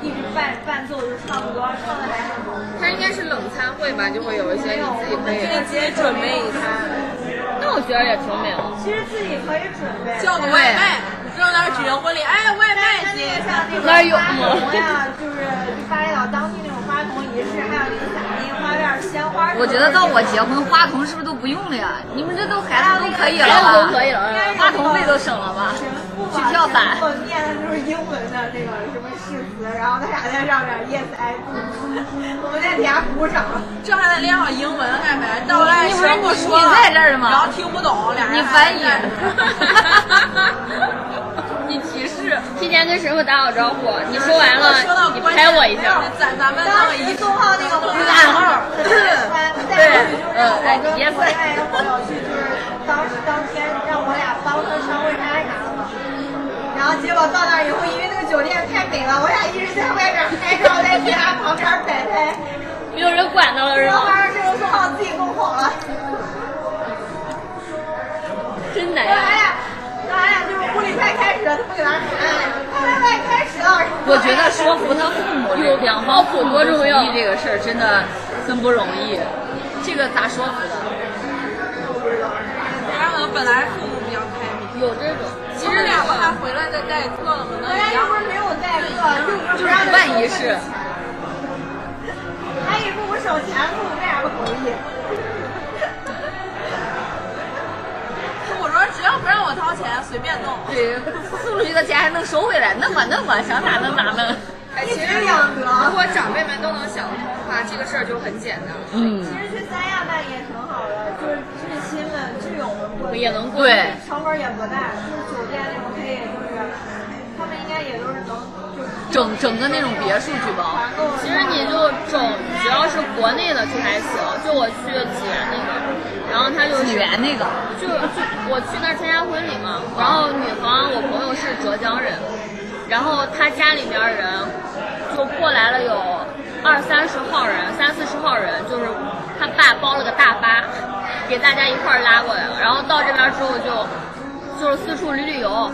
Speaker 12: 一直伴伴奏，就唱歌，唱的还很好。
Speaker 10: 它应该是冷餐会吧，就会有一些你自己可以。
Speaker 9: 自己准备一餐，
Speaker 7: 那我觉得也挺美的。
Speaker 12: 其实自己可以准备，
Speaker 9: 叫个外卖。你知道那儿举行婚礼，哎，外
Speaker 12: 但
Speaker 9: 卖
Speaker 12: 是那
Speaker 9: 姐
Speaker 12: 个，像那个
Speaker 7: 那儿有
Speaker 12: 花
Speaker 7: 吗
Speaker 12: 童呀，就是巴厘岛当地那种花童仪式，还有那个撒那个花瓣鲜花。
Speaker 11: 我觉得到我结婚，花童是不是都不用了呀？你们这都孩子都可以
Speaker 7: 全
Speaker 11: 了
Speaker 7: 部都
Speaker 11: 吧？
Speaker 7: 可以了
Speaker 12: 应该有
Speaker 11: 花童费都省了吧？去跳伞
Speaker 12: 我念的就是英文的那个什么誓词，然后他俩在上面 yes I do，我们在底下鼓掌。
Speaker 9: 这还得练好英文，感觉到外
Speaker 11: 你不
Speaker 9: 师
Speaker 11: 是
Speaker 9: 傅
Speaker 11: 你
Speaker 9: 说了，
Speaker 11: 你在这儿吗
Speaker 9: 然后 听不懂，俩人
Speaker 11: 你
Speaker 9: 还
Speaker 11: 翻译
Speaker 9: 在这儿
Speaker 11: 你提示，
Speaker 10: 提前跟师傅打好招呼，你说完了，你拍我一下。
Speaker 9: 咱咱们那么一
Speaker 12: 送号那个
Speaker 9: 那个暗号，
Speaker 12: 对，呃，哎，别外一个朋友去，就是当时当天让我俩帮他上婚纱啥的嘛。然后结果到那儿以后，因为那个酒店太美了，我俩一直在外边哎拍照，在地下旁边摆拍，
Speaker 10: 没有人管到了是
Speaker 12: 然后
Speaker 10: 吗？
Speaker 12: 晚上这个送号自己弄好了。
Speaker 10: 真难
Speaker 12: 咱俩
Speaker 10: 呀！，
Speaker 12: 咱俩哎就是婚礼快开始了，他们给咱喊，快快快开始啊了。
Speaker 11: 我觉得说服他父母这个养好父母的主意这个事儿真的很不容易，这个咋说服的？
Speaker 9: 他可能本来父母比较开明，
Speaker 10: 有这种，
Speaker 9: 其实俩不还回来再代课了吗？
Speaker 12: 我
Speaker 9: 那一
Speaker 12: 俩又
Speaker 9: 样
Speaker 12: 不是没有代课，又不是
Speaker 11: 就
Speaker 12: 不
Speaker 11: 是
Speaker 12: 让他
Speaker 11: 万一是，
Speaker 12: 他也说我手钱了，我为啥不同意？
Speaker 9: 我说只要不让我掏钱，随便弄。
Speaker 11: 对，送出去的钱还能收回来，弄吧弄吧，想咋弄咋弄。
Speaker 13: 哎，
Speaker 12: 一
Speaker 13: 其
Speaker 12: 举
Speaker 13: 实
Speaker 12: 两得
Speaker 13: 如果长辈们都能想得通的话，这个事儿就很简单。
Speaker 11: 嗯
Speaker 12: 其，实去三亚办也挺好的，就是至亲们、挚友们过去，
Speaker 10: 也能过。
Speaker 11: 对，
Speaker 12: 成本也不大，就是酒店那种费，就是他们应该也都是能就
Speaker 11: 整
Speaker 12: 是
Speaker 11: 整个那种别墅去吧。
Speaker 12: 团购一下。
Speaker 10: 其实你就整，只要是国内的就还行。就我去济源那个，然后他就是
Speaker 11: 起源那个，
Speaker 10: 就就我去那儿参加婚礼嘛，然后女方我朋友是浙江人，然后她家里面人就过来了有二三十号人，三四十号人，就是他爸包了个大巴，给大家一块儿拉过来了，然后到这边之后就就是四处旅旅游，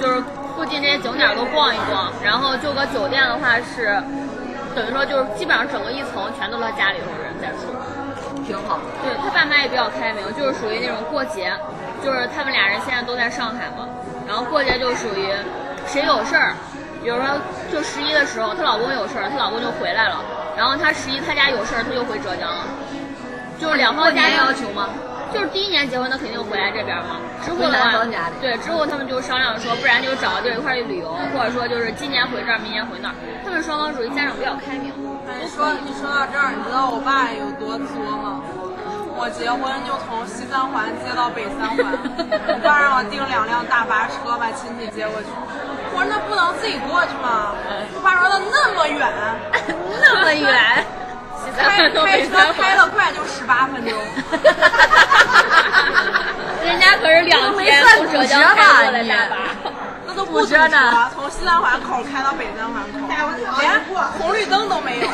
Speaker 10: 就是附近这些景点儿都逛一逛，然后就个酒店的话是。等于说就是基本上整个一层全都是他家里头人在住，
Speaker 11: 挺好。
Speaker 10: 对他爸妈也比较开明，就是属于那种过节，就是他们俩人现在都在上海嘛，然后过节就属于谁有事儿，比如说就十一的时候，她老公有事儿，她老公就回来了，然后她十一她家有事儿，她就回浙江了，就是两
Speaker 11: 过
Speaker 10: 方家
Speaker 11: 年
Speaker 10: 庭
Speaker 11: 要求吗？
Speaker 10: 就是第一年结婚，他肯定回来这边嘛。之后
Speaker 11: 回
Speaker 10: 的
Speaker 11: 南
Speaker 10: 话
Speaker 11: 方家里，
Speaker 10: 对，之后他们就商量说，不然就找个地儿一块儿去旅游，或者说就是今年回这儿，明年回那儿。他们双方属于家长比较开明，
Speaker 9: 你哎说你说到这儿，你知道我爸有多作吗？我结婚就从西三环接到北三环，我爸让我订两辆大巴车把亲戚接过去。我说那不能自己过去吗？我爸说那那么远，
Speaker 11: 那么远，
Speaker 10: 西三
Speaker 9: 开
Speaker 10: 环都
Speaker 9: 开
Speaker 10: 没
Speaker 9: 车
Speaker 10: 三
Speaker 9: 开
Speaker 10: 环
Speaker 9: 得快就十八分钟。
Speaker 10: 人家可是两天从浙江开过来大巴，
Speaker 9: 那都不堵车呢，从西三环口开到北三环口，
Speaker 11: 哎
Speaker 9: 连红绿灯都 没有。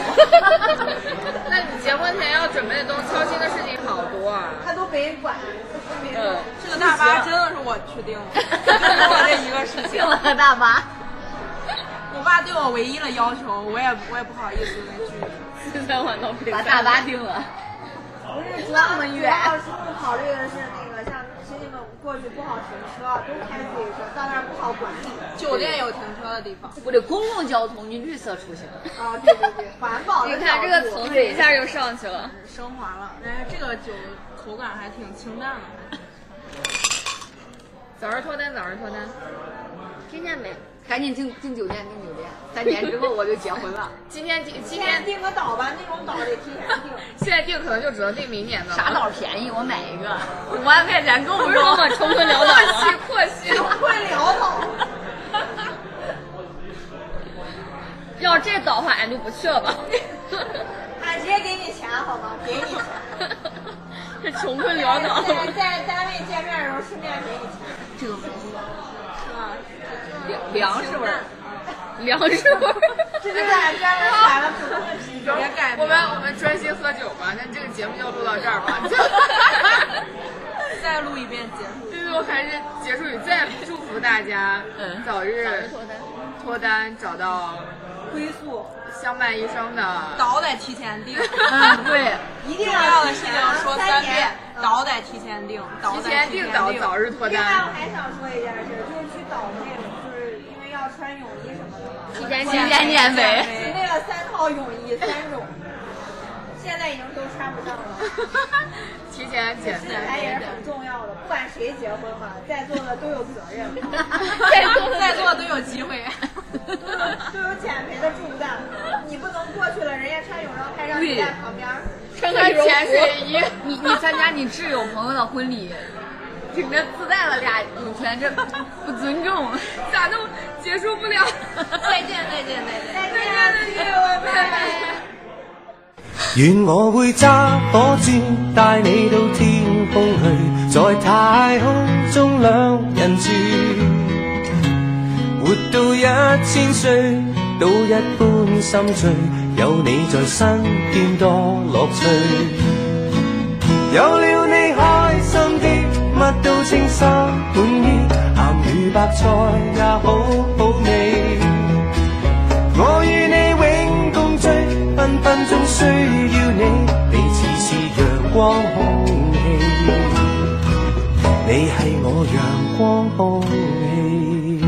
Speaker 13: 那你结婚前要准备的东西，操心的事情好多啊。
Speaker 12: 他都没管，都没管。
Speaker 9: 这个大巴真的是我去定 的，就我这一个事情
Speaker 11: 订。了个 大巴，
Speaker 9: 我爸对我唯一的要求，我也我也不好意思拒绝。
Speaker 10: 西三环到北
Speaker 11: 把
Speaker 10: 三
Speaker 11: 大
Speaker 10: 环。
Speaker 11: 巴订了。
Speaker 12: 不是那么远。主要是不考虑的是那个，像亲戚们过去不好停车，都开自己车，到那儿不好管理。
Speaker 9: 酒店有停车的地方，
Speaker 11: 我得公共交通，你绿色出行。
Speaker 12: 啊，对对对，环保
Speaker 10: 你
Speaker 12: 的
Speaker 10: 看这
Speaker 12: 角
Speaker 10: 个
Speaker 12: 度
Speaker 10: 层次一下就上去了。
Speaker 9: 升华了。哎，这个酒口感还挺清淡的。
Speaker 13: 早上脱单，早上脱单。
Speaker 10: 听见没？
Speaker 11: 赶紧订订酒店，订酒店。三年之后我就结 婚了，
Speaker 13: 今天今今
Speaker 12: 今天
Speaker 13: 天
Speaker 12: 订个岛吧，那种岛得提前订。
Speaker 13: 现在定可能就只能定明年的了。
Speaker 11: 啥岛便宜我买一个，五万块钱够
Speaker 10: 不是
Speaker 11: 够
Speaker 10: 我？们穷困潦倒
Speaker 13: 阔气
Speaker 10: 吗？
Speaker 13: 阔气。
Speaker 12: 会潦倒，
Speaker 10: 要这倒的话，俺就不去了吧。
Speaker 12: 俺直接给你钱好吗？给你钱。
Speaker 10: 这穷困潦倒。
Speaker 12: 在在单位见面的时候顺便给你钱。
Speaker 11: 这个
Speaker 13: 粮粮食味儿。
Speaker 10: 粮食 味儿。
Speaker 12: 这就是俺专门买了土豆的啤酒。
Speaker 13: 我们我们专心喝酒吧，那这个节目就录到这儿吧。
Speaker 9: 再录一遍结束。
Speaker 13: 最后还是结束语，再祝福大家
Speaker 11: 嗯
Speaker 13: 早日脱单，脱单找到
Speaker 12: 归宿，
Speaker 13: 相伴一生的。
Speaker 9: 岛得提前订，
Speaker 11: 嗯，对，
Speaker 12: 一定
Speaker 9: 重要
Speaker 12: 要
Speaker 9: 的
Speaker 12: 提
Speaker 9: 事
Speaker 12: 前
Speaker 9: 情说
Speaker 12: 三
Speaker 9: 遍
Speaker 12: 年。，
Speaker 9: 岛得提前订，岛
Speaker 13: 提
Speaker 9: 得
Speaker 13: 前
Speaker 9: 定
Speaker 13: 定早，早日脱
Speaker 12: 另外，我
Speaker 13: 单。
Speaker 12: 还想说一件事，就是去岛那种，就是因为要穿泳衣什么的嘛，
Speaker 10: 提前
Speaker 11: 提
Speaker 10: 减
Speaker 11: 前减肥。
Speaker 12: 准备了三套泳衣，三种，现在已经都穿不上了。
Speaker 13: 提前减
Speaker 12: 身
Speaker 13: 肥，
Speaker 12: 材也是很重要的，不管谁结婚嘛，在座的都有责任，
Speaker 10: 在座的
Speaker 9: 在座都有机会。
Speaker 12: 都有都有减肥的重担。你不能过去了，人家穿泳装拍照，你在旁边儿，
Speaker 10: 穿个
Speaker 13: 穿
Speaker 10: 羽绒
Speaker 13: 潜水
Speaker 10: 服，
Speaker 13: 衣，
Speaker 11: 你你参加你挚友朋友的婚礼，整个自带了俩有权证，不尊重。
Speaker 13: 咋弄？
Speaker 9: 结束不了。
Speaker 10: 再见，再见，再见，再见，
Speaker 9: 再见，我拜拜。
Speaker 6: 愿我会揸火箭带你到天空去，在太空中两人住，活到一千岁都一般心醉，有你在身边多乐趣。有了你开心啲，乜都稱心滿意，鹹魚白菜也好好味。我與你永共聚，分分鐘需要你，你似是陽光空氣，你係我陽光空氣。